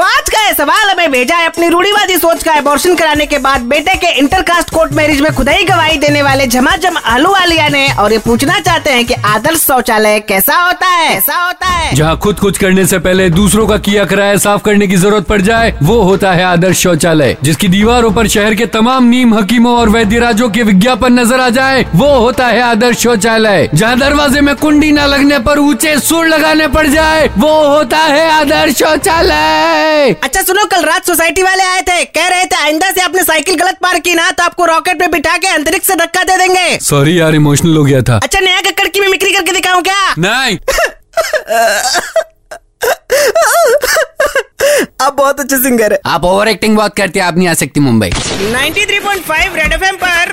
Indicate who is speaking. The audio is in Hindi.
Speaker 1: आज का ये सवाल हमें भेजा है अपनी रूढ़ीवादी सोच का एबॉर्शन कराने के बाद बेटे के इंटरकास्ट कोर्ट मैरिज में खुदाई गवाही देने वाले झमाझम आलूवालिया ने और ये पूछना चाहते हैं कि आदर्श शौचालय कैसा होता है कैसा होता है
Speaker 2: जहाँ खुद कुछ करने से पहले दूसरों का किया कराया साफ करने की जरूरत पड़ जाए वो होता है आदर्श शौचालय जिसकी दीवारों पर शहर के तमाम नीम हकीमों और वैद्यराजों के विज्ञापन नजर आ जाए वो होता है आदर्श शौचालय जहाँ दरवाजे में कुंडी न लगने पर ऊंचे सुर लगाने पड़ जाए वो होता है आदर्श शौचालय
Speaker 1: अच्छा सुनो कल रात सोसाइटी वाले आए थे कह रहे थे आइंदा से आपने साइकिल गलत पार्क की ना तो आपको रॉकेट में बिठा के अंतरिक्ष से धक्का दे देंगे
Speaker 2: सॉरी यार इमोशनल हो गया था
Speaker 1: अच्छा नया कक्कड़ की मिमिक्री करके दिखाऊं क्या
Speaker 2: नहीं
Speaker 1: आप बहुत अच्छे सिंगर है
Speaker 2: आप ओवर एक्टिंग बहुत करते हैं आप नहीं आ सकती मुंबई
Speaker 3: 93.5 रेड एफएम पर